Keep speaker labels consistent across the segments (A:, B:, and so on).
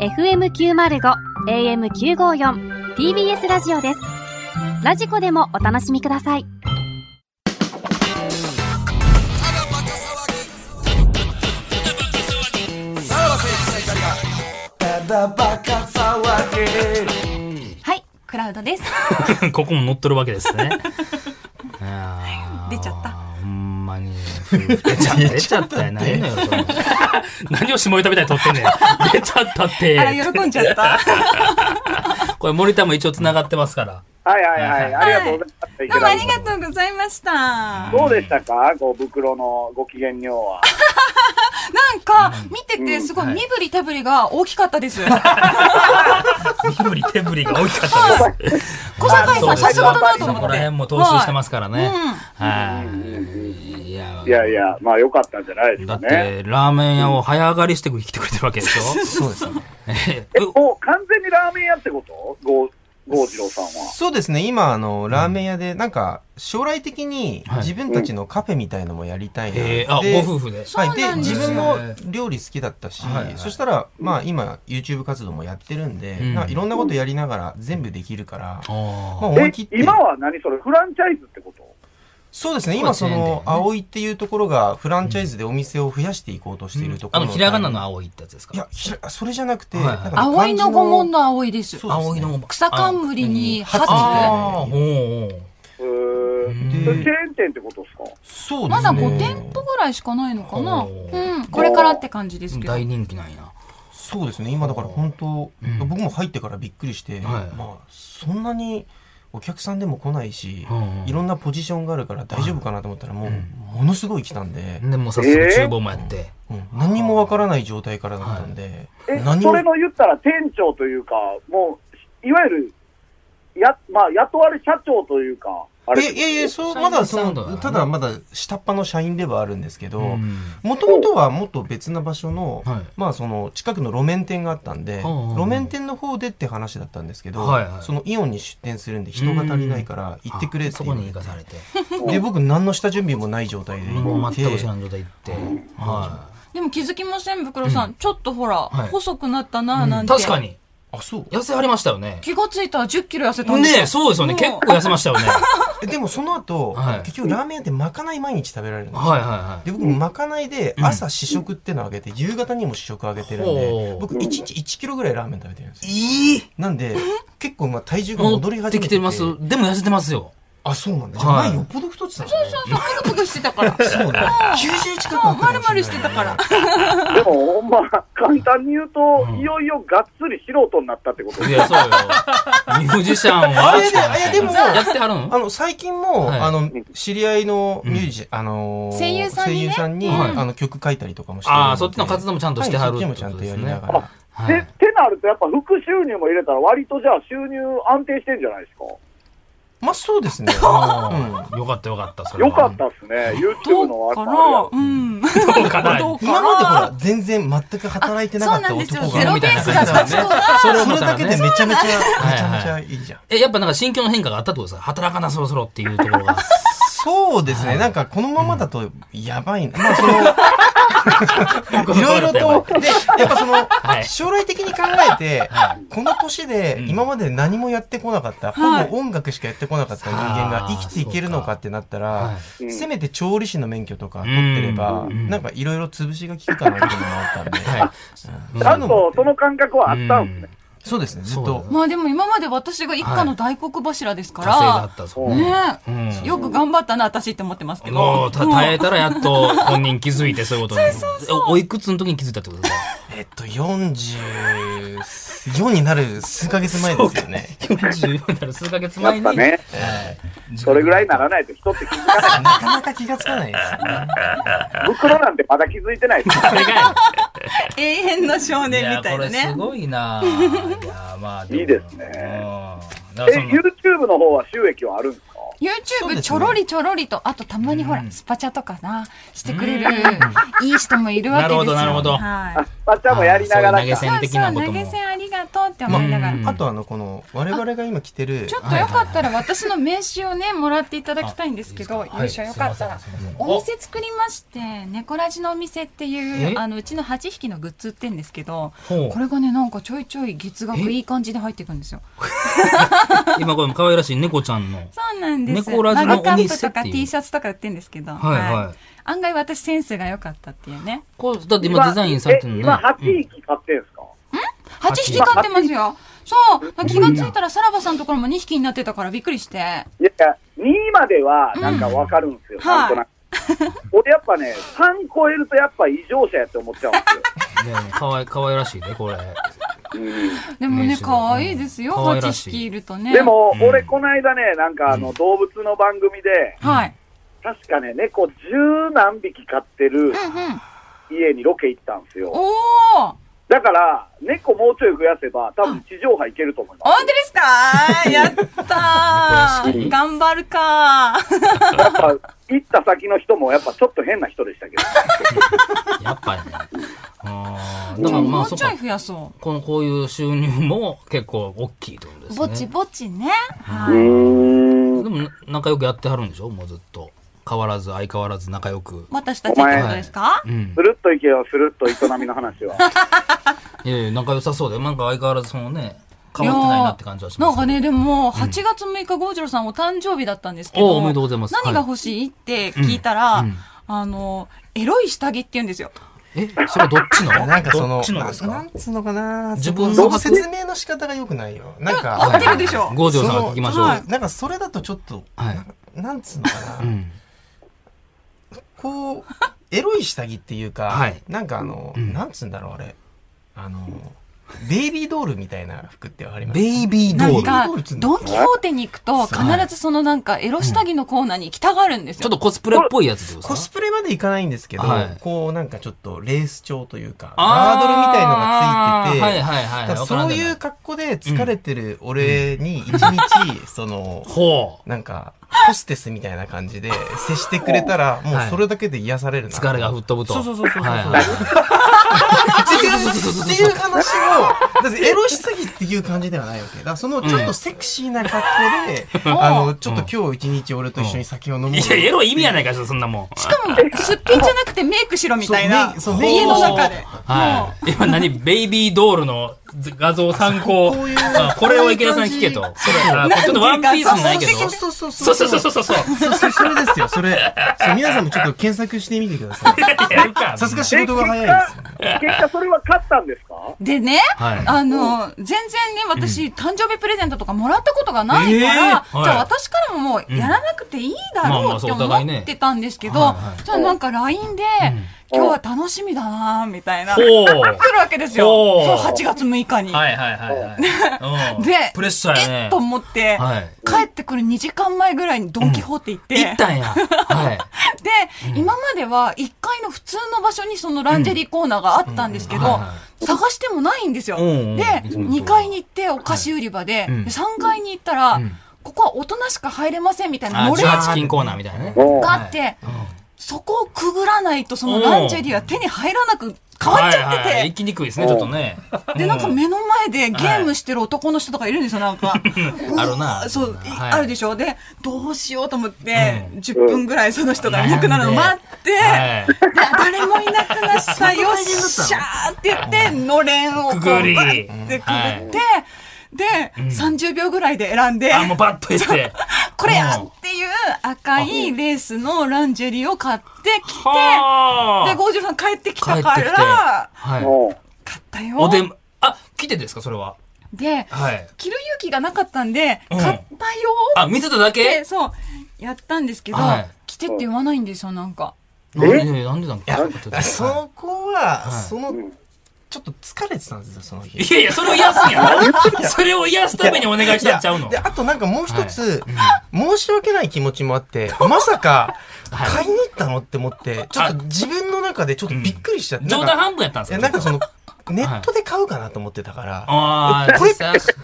A: FM905 AM954 TBS ラジオですラジコでもお楽しみくださいはいクラウドです
B: ここも乗っとるわけ ですね。
C: 出ちゃった
B: ほんまに。出ちゃった。 出ちゃったやないのよ。そんな何を下ネタみたいに撮ってんね ん。出ちゃった
C: あ
B: っ
C: ら、
B: て。
C: 喜んじゃ った。
B: これ森田も一応繋がってますから。
D: はいはいはい。ありがとうございます。
C: どうもあり
D: と
C: がとうございました。な
D: どうでしたかご袋のご機嫌にょうは。
C: んか、見てて、すごい
B: はい
C: 身振り手振りが大きかったです。
B: 身振り手振りが大きかったです。
C: 小坂井
B: そ
C: さ、
B: うんです
C: さす
B: よ
C: がだなと
B: そこ
C: 思っ
B: ら辺
C: て。
B: も投資してますからね。はい。いや
D: いやいや、まあ良かったんじゃないです
B: だ
D: か
B: っ
D: ね。
B: て、ラーメン屋を早上がりして来てくれてるわけでしょ
E: そうですね。
B: え
D: え、もう完全にラーメン屋ってことご、ご次郎さんは。
E: そうですね。今、あの、ラーメン屋で、なんか、将来的に
B: はい
E: 自分たちのカフェみたいのもやりたいな。
B: えあ、
E: で
B: ご夫婦で。
E: はい。
C: そう
E: で、
C: なんです
E: 自
C: よ
E: 分も料理好きだったし
B: はいはい、
E: そしたら、まあ、今、YouTube 活動もやってるんで、
B: うん
E: なんかいろんなことやりながら全部できるから、ま
B: あ
E: あ、思い
D: え
E: 切っ、て。
D: 今は何それフランチャイズってこと
E: そうですね。今、
B: そ
E: そう
B: ですね
E: の、葵っていうところが、フランチャイズでお店を増やしていこうとしているとこ
B: あ
E: ろ。
B: の、ひらがなの。青いってやつですか
E: いや、ひらそれじゃなくて、
B: はいはい
E: なんかね
C: 葵の御門の葵です。
E: そう
B: 青いの。
C: 草冠に
E: あ
C: 初
E: あ
B: ああ、ほうほう。
D: へー
B: ん
D: それチェーン店ってことですか
E: そうで
C: ます
E: ね。
C: だ5店舗ぐらいしかないのかな。
B: おー
C: うん。これからって感じですけど。
B: 大人気なんや。
E: そうですね今だから本当、
B: うん
E: 僕も入ってからびっくりして、
B: はい
E: まあそんなにお客さんでも来ないし、
B: うんうん
E: いろんなポジションがあるから大丈夫かなと思ったらもう、ものすごい来たんで、
B: で、もう早速厨房もやって。
E: うん何にもわからない状態からだったんで、
D: え、
E: 何
D: それ
E: も
D: の言ったら店長というか、もう、いわゆる、や、まあ、雇われ社長というか、あれ
E: えいやいやそう
B: 社員
E: まだそ
B: さんだから
E: の
B: ね
E: ただまだ下っ端の社員ではあるんですけど、
B: うん
E: もともとはもっと別な場所の、
B: はい
E: まあその近くの路面店があったんで、
B: うんうんうん
E: 路面店の方でって話だったんですけど、
B: はいはい
E: そのイオンに出店するんで人が足りないから行ってくれ
B: あ
E: って
B: そ
E: 言
B: こ
E: わ
B: に
E: れ
B: 行
E: て
B: かされて。
E: で僕何の下準備もない状態で
B: も
E: 行
B: う
E: って
B: 全く知らん状態行って。は
C: でも気づきません、袋さん。ちょっとほら、
B: はい
C: 細くなったな、なん
B: い。
C: て。
B: 確か。に。
E: あそう
B: 痩せはりましたよね。
C: 気がついたら10キロ痩せたんですよ
B: ねえ、そうですよね。
C: もう
B: 結構痩せましたよね。
E: えでもその後、
B: はい
E: 結局ラーメン屋ってまかない毎日食べられるんですよ
B: はいはい
E: で僕まかないで朝試食ってのをあげて、夕方にも試食あげてるん
B: ほ
E: で
B: う
E: 僕1日1キロぐらいラーメン食べてるんですよ
B: いい
E: なんで結構まあ体重が戻り
B: 戻っ
E: 始
B: て
E: め
B: き
E: て
B: てます。でも痩せてますよ。
E: あそうなんだじゃあ
B: はい
E: 前よっぽど太ってたんだね
C: そう そう、プクプクしてたから。
E: そうね。90近くあったかも
C: まる
E: れない
C: まるしてたから。。
D: でも、ほんま、簡単に言うと、いよいよがっつり素人になったってこと
B: いや、そうよ。ミュージシャンを。
E: あれであれでも
B: やってはるん
E: あの、最近も、
B: はい
E: あの、知り合いのミュージシャン、あのー
C: 声優さんにね
E: 声優さんに、
B: はい
E: あの、曲書いたりとかもしてるので
B: ああ、そっちの活動もちゃんとしてはる
E: はい
B: て
E: そっ
B: こ
E: ち
B: と
E: もちゃんと
B: で
E: や
B: す
E: り
B: ね
E: ながら。
B: は
D: で、
B: い
D: ってなると、やっぱ副収入も入れたら、割とじゃあ収入安定してんじゃないですか。
E: まあ、そうですね。
B: あーよかったよかった、それは
D: よかったっすね。
C: ど
D: YouTube の
C: う
D: あ
C: か
D: れ
C: なうん。
B: どうかな
C: どう
E: 今までほ
C: かな
E: ら、全然全く働いてなかった
C: あそうなん
E: 男
C: ですよ
B: ゼロ
E: が、
B: ベースだった人
C: が
B: それを
E: そ
B: 思っ
E: れ
B: たら
E: だけ
B: ね
E: でめちゃめちゃ、め
B: はい
E: ちゃめちゃいいじゃん。
B: え、やっぱなんか心境の変化があったってことですか働かなそろそろっていうところが。
E: そうですね。なんか、このままだと、やばいな。まあ、その、いろいろと、で、やっぱその、
B: い
E: 将来的に考えて、この年で
B: ん、
E: 今まで何もやってこなかった、
C: はい
E: ほぼ音楽しかやってこなかった人間が生きていけるのかってなった
B: は
E: ら、
D: い
E: せめて調理師の免許とか取ってれば、
B: うん
E: なんかいろいろ潰しが効くかなっていうのもあったんで、
B: い。は
D: ちゃんとその感覚はあっ
B: い。
D: たんですね。
E: そうですね、ずっ
B: そう
E: と。
C: まあでも今まで私が一家の大黒柱ですか
B: 達成があ
C: ら
B: っ、たそうね。
C: ね
B: うん
C: よく頑張ったな、私って思ってますけ
B: も
C: ど。
B: う、た耐えたらやっと本人気づいて、そういうことに。えおいくつの時に気づいたってことですか
E: えっと、44になる数ヶ月前ですよね。
B: ?44 になる数ヶ月
D: や
B: 前
D: っ
B: に。
D: ぱね、それぐらいにならないと人って気づかない。
E: なかなか気がつかないですよね。
D: 袋なんてまだ気づいてないです。
B: それが
C: 永遠の少
B: い
C: 年
B: や
C: みたいな
B: これす
C: ね。
B: ごいな。いや、まあ、も
D: いいですね。
B: うんだか
D: え
B: ら、その
D: YouTube の方は収益はあるんですか
C: YouTube ちょろりちょろりと、あとたまにほら、スパチャとかな、してくれる、いい人もいるわけですよ。
B: なるほどなるほど
C: はい。
D: まあ、ちゃんもやりなが
B: あ
D: ら
B: そういう投げ
D: か。
B: 銭的なこ
C: そうそう
B: と
C: 投
B: も
C: げ。銭ありがとうっって思いながら、
B: うん
E: あとあのこの我々が今着てる
C: ちょっとよかったら私の名刺をねもらっていただきたいんですけど、
B: あ
C: よいしょよかったら
B: すいませんすいません
C: お店作りまして猫ラジのお店ってい
B: え
C: うあのうちの8匹のグッズ売ってんですけど
B: ほう
C: これがねなんかちょいちょい月額いい感じで入っていくんですよ
B: 今これも可愛らしい猫ちゃんの。
C: そうなんです
B: 猫ラジの
C: マグカ
B: お
C: ッ
B: 店
C: プと
B: っていう
C: か T シャツとか売ってんですけど、
B: はいはい
C: 案外私センスが良かったっていうね
B: こう、だって今デザインされてるのね。
D: 今、8
B: うん
D: 匹買ってんすか、
C: 8匹飼ってますよそう気がついたらさらばさんのところも2匹になってたからびっくりして
D: いやいや、2位まではなんかわかるんですよ、
C: うん
D: なんとなく。俺やっぱね、3超えるとやっぱ異常者やって思っちゃうんですよ。
B: ねえ可愛い、可愛らしいね、これ。
C: でも
B: 名
C: ね
B: 刺の
C: 可愛いですよ
B: 可愛ら
C: 8
B: しい
C: 匹いるとね
D: でも、
B: うん
D: 俺こないだね、なんかあの動物の番組で、
C: はい
D: 確かね、猫十何匹飼ってる
C: うんうん
D: 家にロケ行ったんですよ。
C: おお
D: だから、猫もうちょい増やせば、多分地上波行けると思いま
C: 本当ですかやったー頑張るかー
D: す。やっぱ、行った先の人もやっぱちょっと変な人でしたけど。
B: やっぱりね。あーだ
C: じ
B: か
C: ゃあ
B: らま
C: も
B: あ、
C: う
B: そっ
C: ちょ
B: か
C: い。増やそ
B: この、こういう収入も結構大きいってことです
C: う
B: ね。
C: ぼちぼちね
D: う
C: はい
D: ーん。
B: でも、仲良くやってはるんでしょもうずっと。変わらず、相変わらず仲良く。
C: 私たちってことですか
B: うん
D: す。るっと行けよ、するっと営みの 話は。
B: いやいや、仲良さそうで、なんか相変わらずそのね、
C: い
B: 変
C: や
B: わ
C: ー
B: ってないなって感じはします。
C: なんかね、でも、8月6日、郷次郎さんお誕生日だったんですけ
B: お
C: ど、
B: おめでとうございます
C: 何が欲しいって聞いたら、
B: うんうん
C: あの、エロい下着って言うんですよ。
B: え、それはどっちの
E: なんかそ
B: ど
E: の
B: っちのです
E: な
B: か
E: んつうのかな
B: 自分の
E: その説明の仕方が良くないよなん
C: 合
E: か
C: ってるでしょ
B: 郷城さんが聞きましょう。
E: は
B: はい
E: なんかそれだとちょっと
B: い。
E: なんつうのか
B: う
E: な、
B: ん。
E: こうエロい下着っていうか、
B: はい
E: なんかあの、
B: うん
E: なんつうんだろうあれあのベイビードールみたいな服ってわかります
B: ベイビード
C: な
B: ー
C: ん
B: ル。ち
C: か
E: どういうこと、
C: ドンキホーテに行くと、必ずそのなんか、エロ下着のコーナーに行きたがるんですよ。
B: ょっとコスプレっぽいやつってこと
E: コ
B: です
E: ス
B: か
E: プレまでいかないんですけど、
B: はい
E: こうなんかちょっとレース調というか、ガ
B: あ
E: ードルみたいのがついてて、
B: はいはいはい。
E: だからそういう
B: わか
E: 格好で疲れてる俺に 一日、その
B: らんでない、ほ
E: なんか、ホステスみたいな感じで接してくれたら、もうそれだけで癒される
B: う。
E: な。
B: 疲れが吹っ飛ぶと。
E: そうそうそうそうそう
B: はいはい
E: っていう
B: そうそうそうそう
E: っていう 話を、だってエロしすぎっていう感じではないわけ。だからそのちょっとセクシーな格好で、あの、ちょっと今日一日俺と一緒に酒を飲もう。
B: いや、エロい意味やないかしら、そんなもん。
C: しかも、すっぴんじゃなくてメイクしろみたいな。
E: そうメイ
C: 家
E: ク
C: の中で。
B: はい。今何ベイビードールの画像参考。
E: こういう
B: あこれを池田さんに聞けと。
E: こういう
B: それあちょっとワンピースもないけど。
E: そうそうそ
B: そう
E: う
B: そうそう
E: そ。
B: そううそうそう。
E: そうそうそれですよ、それ。そう皆さんもちょっと検索してみてくださ い。
B: やるか
E: さすが仕
D: え
E: 事が早いですよね。
D: 結果、結果それは勝ったんですか
C: でね、
B: はい
C: あの、全然ね、私、誕生日プレゼントとかもらったことがないから、
B: えー
C: じ
B: はい
C: ゃあ私からももうやらなくていいだ
B: うんまあま
C: ろう
B: あ
C: っ
B: そう
C: て
B: お互い
C: 思
B: ね
C: ってたんですけど、
B: はいはい
C: じゃあなんか LINE で、今日は楽しみだなーみたいな、
B: ほ
C: 来る
B: う。
C: わけですよ。
B: ほう
C: そう、8月6日に。
B: はいはいはいはい。うん
C: で、
B: プレッシャーや
C: え
B: ね
C: っと。思って、
B: はい。
C: 帰ってくる2時間前ぐらいにドンキホーテ行って、
B: 行ったんや。はい。
C: で、今までは1階の普通の場所にそのランジェリーコーナーがあったんですけど、
B: うんうんはいは
C: 探してもないんですよ。
B: うんうん
C: で、
B: いつものと
C: 2
B: こ
C: 階に行ってお菓子売り場で、
B: うん
C: で3階に行ったら、
B: ん
C: ここは大人しか入れませんみたいな
B: あ、
C: のれ
B: ジ
C: ん
B: ャ
C: が
B: ーチキンコーナーみたいなね。
C: あって、そこをくぐらないとそのランジェリーは手に入らなく変わっちゃってて、
B: はいはい行きにくいですね、ちょっとね。
C: で、なんか目の前でゲームしてる男の人とかいるんですよ、なんか。うわ
B: あるな
C: そう、い
B: はい
C: あるでしょ。で、どうしようと思って、
B: う
C: 10分ぐらいその人がいなくなるの待って、
B: はい
C: で誰もいなくなった、よっしゃーって言って、のれんをこう、
B: くぐり
C: バッてくぐって、で、30秒ぐらいで選んで、
B: あ、もうバッと行って。
C: これやっていう赤いレースのランジェリーを買ってきて、
B: は
C: で、
B: あ。
C: 50さん帰ってき
B: 帰
C: た
B: って
C: か
B: きて。
C: ら、
B: はい。
D: もう
C: 買ったよ。
B: おでん、あ、来てですか、それは。
C: で、
B: はい。
C: 着る勇気がなかったんで、
B: うん
C: 買ったよーっ
B: あ、見てただ
C: て、
B: け
C: そう、やったんですけど、
B: はい
C: 着てって言わないんですよ、なんか。
B: なんでなんでなんか
E: そこは、
B: はい
E: その
D: ん、
E: ちょっと疲れてたんですよ、その日。
B: いやいや、それを癒すんやろそれを癒すためにお願いしたんちゃうの
E: いやで、あとなんかもう一つ、申し訳ない気持ちもあって、まさか、
B: はい
E: 買いに行ったのって思って、ちょっと自分の中でちょっとびっくりしちゃって。
B: 冗
E: なん
B: 談
E: か
B: 半分やったんで
E: い
B: す
E: や、
B: よ。
E: なんかその、ネットで買うかなと思ってたから、
B: ああ、
E: これ、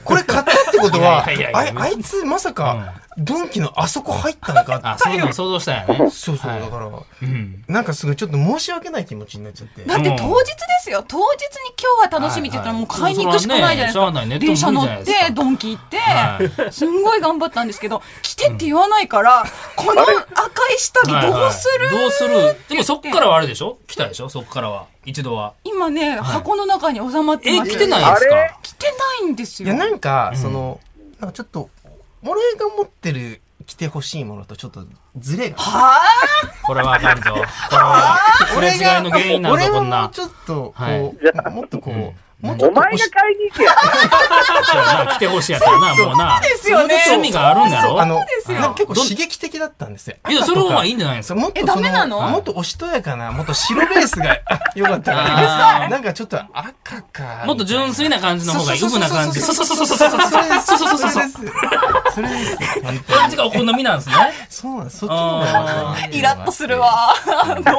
E: これ買ったってことは、
B: いやいやいやいや
E: あいあいつまさか、ドンキのあそこ入ったのか
B: あ、そういうの想像したんやね。
E: そうそう、
B: はい
E: だから、
B: うん。
E: なんかすごいちょっと申し訳ない気持ちになっちゃって。
C: だって当日ですよ。当日に今日は楽しみって言ったらもう買いに行くしかないじゃないですか。
B: はいはいそう
C: 電
B: そ
C: 車
B: らね
C: 乗
B: しゃあない
C: っ
B: ね
C: て、ドンキ行っ
B: は
C: て、すんごい頑張ったんですけど、来てって言わないから、この赤い下着どうする
B: はいはいどうするでもそっからはあれでしょ来たでしょそっからは。一度は。
C: 今ね、箱の中に収まって
B: え、
C: ます。
B: 来てない
D: あ
B: んです
D: れ
B: か
C: 来てないんです
E: い
C: よ。
E: や、なんか、
B: うん
E: その、なんかちょっと、俺が持ってる、着てほしいものとちょっとズレが。
C: は
B: これはあかんぞ。これは、すれ
E: 俺
B: 違い
E: が、
B: の原因になる
E: 俺
B: ぞ、こ
E: は
B: ん
E: も
B: な
E: う。ちょっと、こう、
B: はい
E: もっとこう、
B: うん
E: もうちょ
D: お
E: っと
D: 前が買いに行けや。
B: そうやな来てほしいやったらな、もうな。
C: そうですよね
B: 趣味があるんだろ
E: あの、
C: すよ
E: なんか結構刺激的だったんですよ。
B: いや、それはまあいいんじゃないです
E: そ
B: か
E: うもっと
C: え
E: その
C: ダメなの
E: もっとおしとやかな、もっと白ベースが 良かった
B: あ
E: か
B: ー
E: ら、なんかちょっと赤か。
B: もっと純粋な感じの方がいい
E: そう
B: ウ
E: そ
B: ブ
E: う
B: な
E: そう
B: 感じ。
E: そ
B: そうう
E: そ
B: そうう
E: そ
B: そうう
E: そ
B: そううそうう
E: そそう
B: そうそうそう
E: そ
B: そ
E: れ
B: う
E: で
B: そう。
E: す。それです。本当に
B: 感じがお好みなんですね。
E: そうなんです。そっちの方が
B: あー
C: イラッとする。わ。どういうこと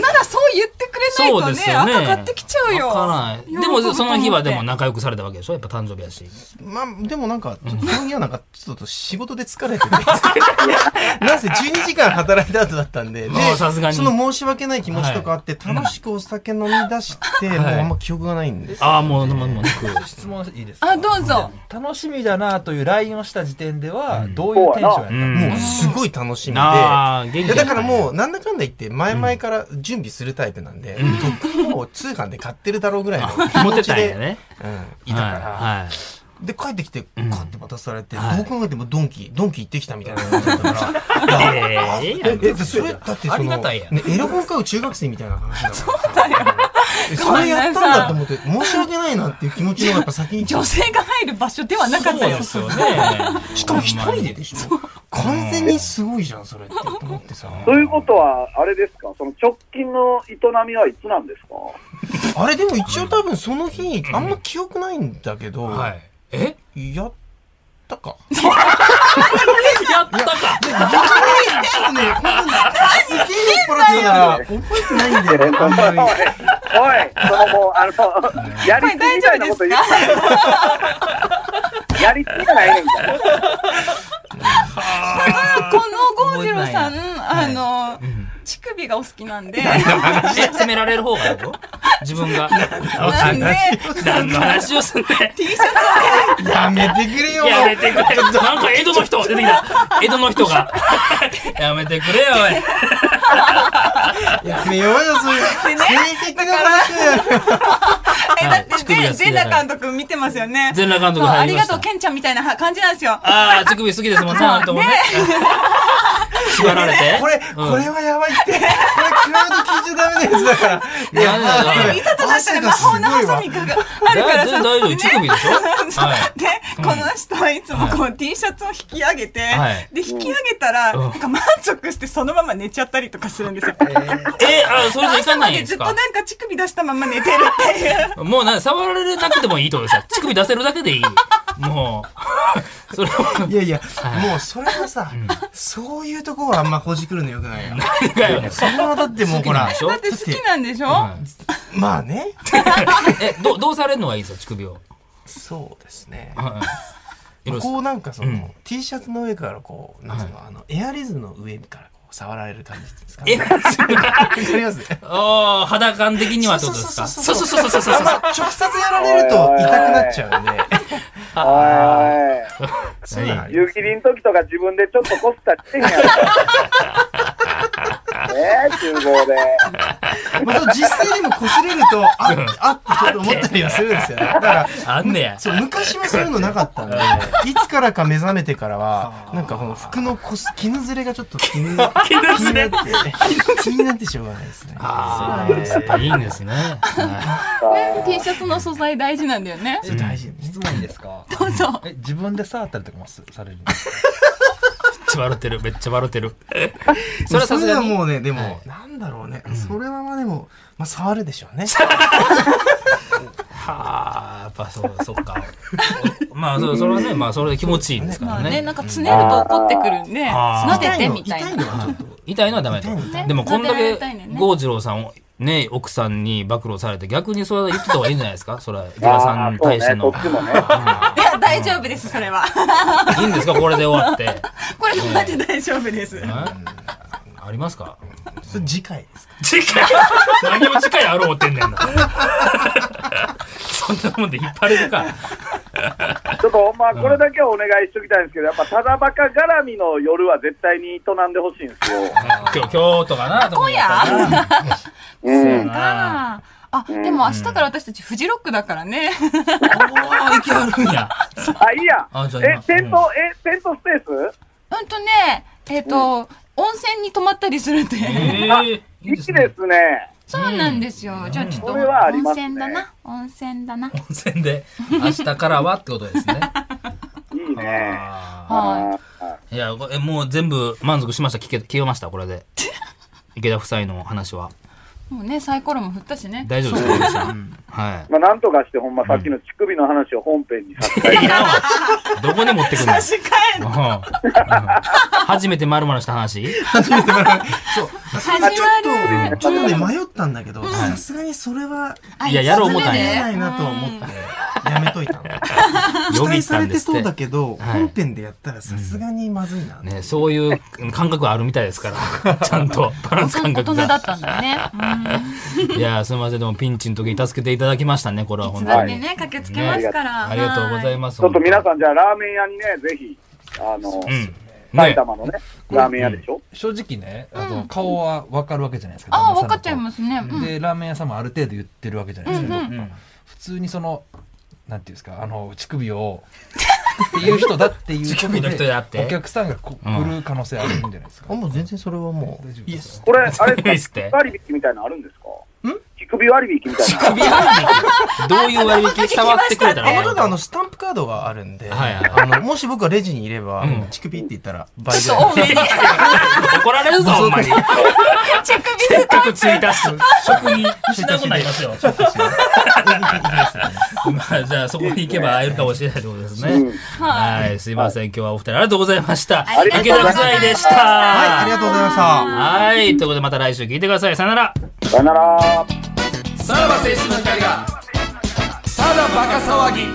C: ならそう言ってくれ
B: そう
C: ない
B: で
C: と
B: す
C: ね、
B: よね
C: 赤買ってきちゃうよ。
B: わからない。で
C: 喜ぶと思
B: も、
C: って
B: その日はでも仲良くされたわけでしょやっぱ誕生日やし。
E: まあ、でもなんか、ちょっとその日はなんか、ちょっと仕事で疲れて て。なんせ12時間働いた後だったんで。で
B: もうさすがに
E: その申し訳ない気持ちとかあって、楽しくお酒飲み出して、もうあんま記憶がないんです。
B: ああ、もう、もう、もう、肉。
F: 質問いいですか
C: あ、どうぞ。
F: 楽しみだなという LINE をした時点では、
B: ん
F: どういうテンションやったんですか
B: ん
E: もうすごい楽しみで。
B: ああ、元
E: い
B: 気
E: やだからもう、なんだかんだ言って、前々から準備するタイプなんで、とっくにもう通販で買ってるだろうぐらいの気
B: 持っ
E: 持
B: て
E: ち
B: たん
E: で、
B: やね。
E: うん、いたから。
B: はい。はい
E: で、帰ってきて、カ
B: ん
E: ッて渡されて、ど
B: はいう
E: 考えてもドンキ、ドンキ行ってきたみたいな感じだったから。
B: ええええやん
E: え、でそれ、だって
B: あ
E: そ
B: り
E: の、
B: がた
E: ね
B: いやん、
E: エロ本買う中学生みたいな話だから。そうだよ。それやったんだと思って、申し訳ないなっていう気持ちの方がやっぱ先に来て
C: 女性が入る場所ではなかったよ。
B: そうですよね。
E: しかも一人ででしょ完全にすごいじゃん、それって思ってさ。
D: ということは、あれですか、その直近の営みはいつなんですか
E: あれでも一応多分その日、あんま記憶ないんだけど、
B: はい。え
E: やっ たか。
B: やったか
E: ちょっとね、ほんとにすげえ酔っ払ってたから、覚えてないんだよね、あんまり。
D: おい、そのもう、あの、やりすぎみたいなこと言ってやりすぎじゃないねんみたいな。
C: この郷次郎さん、
F: えない
C: あの、乳首がお好きなんで、
B: え責められる方がよ自分が。
C: なんで、
B: 何の話をすんねん。
E: やめてくれよ。
B: やめてくれ。なんか江戸の人出てきた。江戸の人が。 やめてくれよ、
E: やめようよ、そういう。性的な話だよ。
C: え、だって、
B: 乳首
C: 全
B: が好
C: 全
B: きだから
C: 裸監督見てますよね。
B: 全裸監督
C: そうあ
B: 入
C: り
B: りま
C: が
B: した
C: とう、ケンちゃんみたいな感じなんですよ。
B: ああ、乳首好きですもんね、あなたもね。 縛られて。
E: これ、これはやばいって。これ、 クラウド聞いちゃダメなやつ だから。
B: やだやだ
E: ば
C: いざとなったら魔法のハサミがあるからさ
B: 大丈夫、。大丈夫、乳首でしょはい。
C: で、この人はいつもこう T シャツを引き上げて、
B: はい
C: で、引き上げたら、
B: うん
C: なんか満足してそのまま寝ちゃったりとかするんですよ。
B: え、あ、それじゃい
C: 朝
B: かな
C: ま
B: いん
C: で
B: で
C: ず
B: す
C: っと
B: か
C: なんか乳首出したまま寝てるっていう。
B: もうな、触られなくてもいいってことですよ。乳首出せるだけでいい。もう。 それはい
E: やいや、
B: い
E: もうそれはさ、そういうとこはあんまほじくるのよくないよ。
B: 何がよ。
E: それはだってもうほ
B: なん
E: ら
B: で、しょ
C: だって好きなんでしょ、
B: はい
E: まあね、
B: え、どう、どうされるのがいいですよ、乳首を。
E: そうですね。
B: はい。よろし
E: こうなんかその、
B: うん
E: T シャツの上からこう、なんつうの、あの、エアリズムの上からこう触られる感じですか
B: え
E: ね。 わ、かります
B: ああ、肌感的にはってことですか。そうそうそうそうそうそう。
E: 直接やられると痛くなっちゃうんで。
D: おい
E: そういうのあり
D: おい、
E: ま
D: 湯切りの時とか自分でちょっとこすったりしてへんやろ。ねえ、厨房で。
E: すまあ、そう実際にも擦れると、あっ、あっってちょっと思ったりはするんですよね。だから、
B: あんねや。
E: そう、昔はそういうのなかったんで、いつからか目覚めてからは、なんかこの服のこす、絹ずれがちょっと気 に気になって、気になってしょうがないですね。
B: ああ、やっぱいいんですね。はい
C: T シャツの素材大事なんだよね。
F: それ大事、質問いい ですか
C: どうぞ。
F: え自分で触ったりとかもすされるんですか
B: めっちゃ笑ってる、めっちゃ笑ってる。 それはさすが
E: それは
B: に。
E: もうね、でも、
B: はい
E: なんだろうね。それはまあでも、まあ触るでしょうね。
B: はあ、やっぱそう、そっか。 おまあ、そうそれはね、まあ、それで気持ちいいですか
C: まあ
B: ら
C: ね、な
B: ね
C: ん。かつねると怒ってくるんで、
B: あー
C: 撫でてみたい
E: 痛
C: な。
E: いのはちょっと。
B: 痛いのはダメだ
E: 痛いの
B: と。でも、こんだ
C: なでられ
B: け
C: たいね、
B: 郷次郎さんをね、奥さんに暴露されて、逆にそれは言ってた方がいいんじゃないですかそれは、池田さんに対して
D: あ
B: の。
D: ーそうねこっちもね。
C: いや、大丈夫です、それは。
B: いいんですかこれで終わって。
C: これマジ大丈夫です。
B: えありますか
E: それ次回ですか
B: 次回何を次回あろうってんねん な。そんなもんで引っ張れるか。
D: ちょっとほんま、これだけはお願いしときたいんですけど、やっぱ、ただバカ絡みの夜は絶対に営んでほしいんですよ。
B: 今日、今日とかな、と
C: 今
B: 思う
C: 夜
B: やったらな
D: うん。
C: ああ、でも明日から私たちフジロックだからね。
B: おー、息あるんや。
D: あ、いいや
B: あじゃあ。今
D: え、テント、え、テントスペース
C: うんとね、えっ、と、温泉に泊まったりするんで。
B: え
D: あ
B: ー、
D: いいですね。
C: そうなんですよ。じゃあちょっと、
D: それはあり
C: 温
D: ますね
C: 泉だな。温泉だな。
B: 温泉で、明日からはってことですね。
D: いいね。
B: あ
C: はい
B: ーいや、こえもう全部満足しました。聞け、聞けました、これで。池田夫妻の話は。。
C: もうね、サイコロも振ったしね。
B: 大丈夫ですか皆さんはい。
D: まあ、なんとかして、ほんま、さっきの乳首の話を本編にさせて、
B: いらんわどこに持ってくんの
C: 確かに。
B: うん初めて丸々した 話
C: 始まる。
E: ちょっとね、迷ったんだけど、さすがにそれは、
C: あ
B: いややろう思
E: や
B: ったんや
E: らないなと思って、やめ といたの。期
B: よぎ
E: 待
B: っ
E: さ
B: た
E: れ
B: んで
E: て
B: すっ
E: そうだ
B: て。
E: けど、
B: はい
E: 本編でやったらさすがにまずいな。
B: ね、そういう感覚あるみたいです から、ちゃんとバランス感
C: 大人
B: 覚
C: だ
B: が
C: っ。たんだね。うん。
B: いや、すみません、でもピンチの時に助けていただきましたね、これは本
C: つだ
B: 当
C: って
B: に。
C: ね、駆けつけますから。
B: ありがとうござい
C: ま
B: ます。
D: ちょっと皆
B: ん。
D: さん、じゃあ、ラーメン屋にね、ぜひ、あの、
B: うん。
D: 埼
B: ね、
D: 玉のね、ラーメン屋でしょ。
F: 正直ね、あの顔は分かるわけじゃないですか。
C: ああ、
F: 旦那さん
C: 分
F: の
C: かっちゃいますね。うん
F: で、ラーメン屋さんもある程度言ってるわけじゃないですか。
C: うんう
F: 僕普通にその、なんていうんですか、あの、乳首を、っていう人だっていう こ
B: 乳
F: と
B: 首の人であって
F: お客さんがこ
B: うん
F: 来る可能性あるんじゃないですか。
E: あ、もう全然それはもう
F: 大。丈夫です
D: これ、あれ
B: いい
D: で
B: っ
D: す
B: す
D: か、
B: ね
D: 割引みたいなのあるんですか乳首割引みたいな。
B: 首どういう割引触ってくれた
E: あ、もうちょっとあ
B: ら
E: の、スタンプカードがあるんで、
B: はいはい
E: あの、もし僕がレジにいれば、
B: うん
E: 乳首って言ったら倍ぐ
C: ちょ
E: ら
C: っ
E: い。
C: と多 めに。
B: 怒られるぞ、ほんまに。
C: チェックビ
B: せっかくついたし、食に失うことありますよ。まあ、じゃあそこに行けば会えるかもしれないってことですね。はい、すいません。今日はお二人ありがとうございました。
C: りがとう
B: 池
C: ござい
B: 田
C: ま
B: 夫
C: した
B: 妻でし
E: はい、あ
B: た。
E: りがとうございました。
B: はい、ということでまた来週聞いてください。さよなら。
D: さよなら。
B: さらば青春の光が、ただバカ騒ぎ。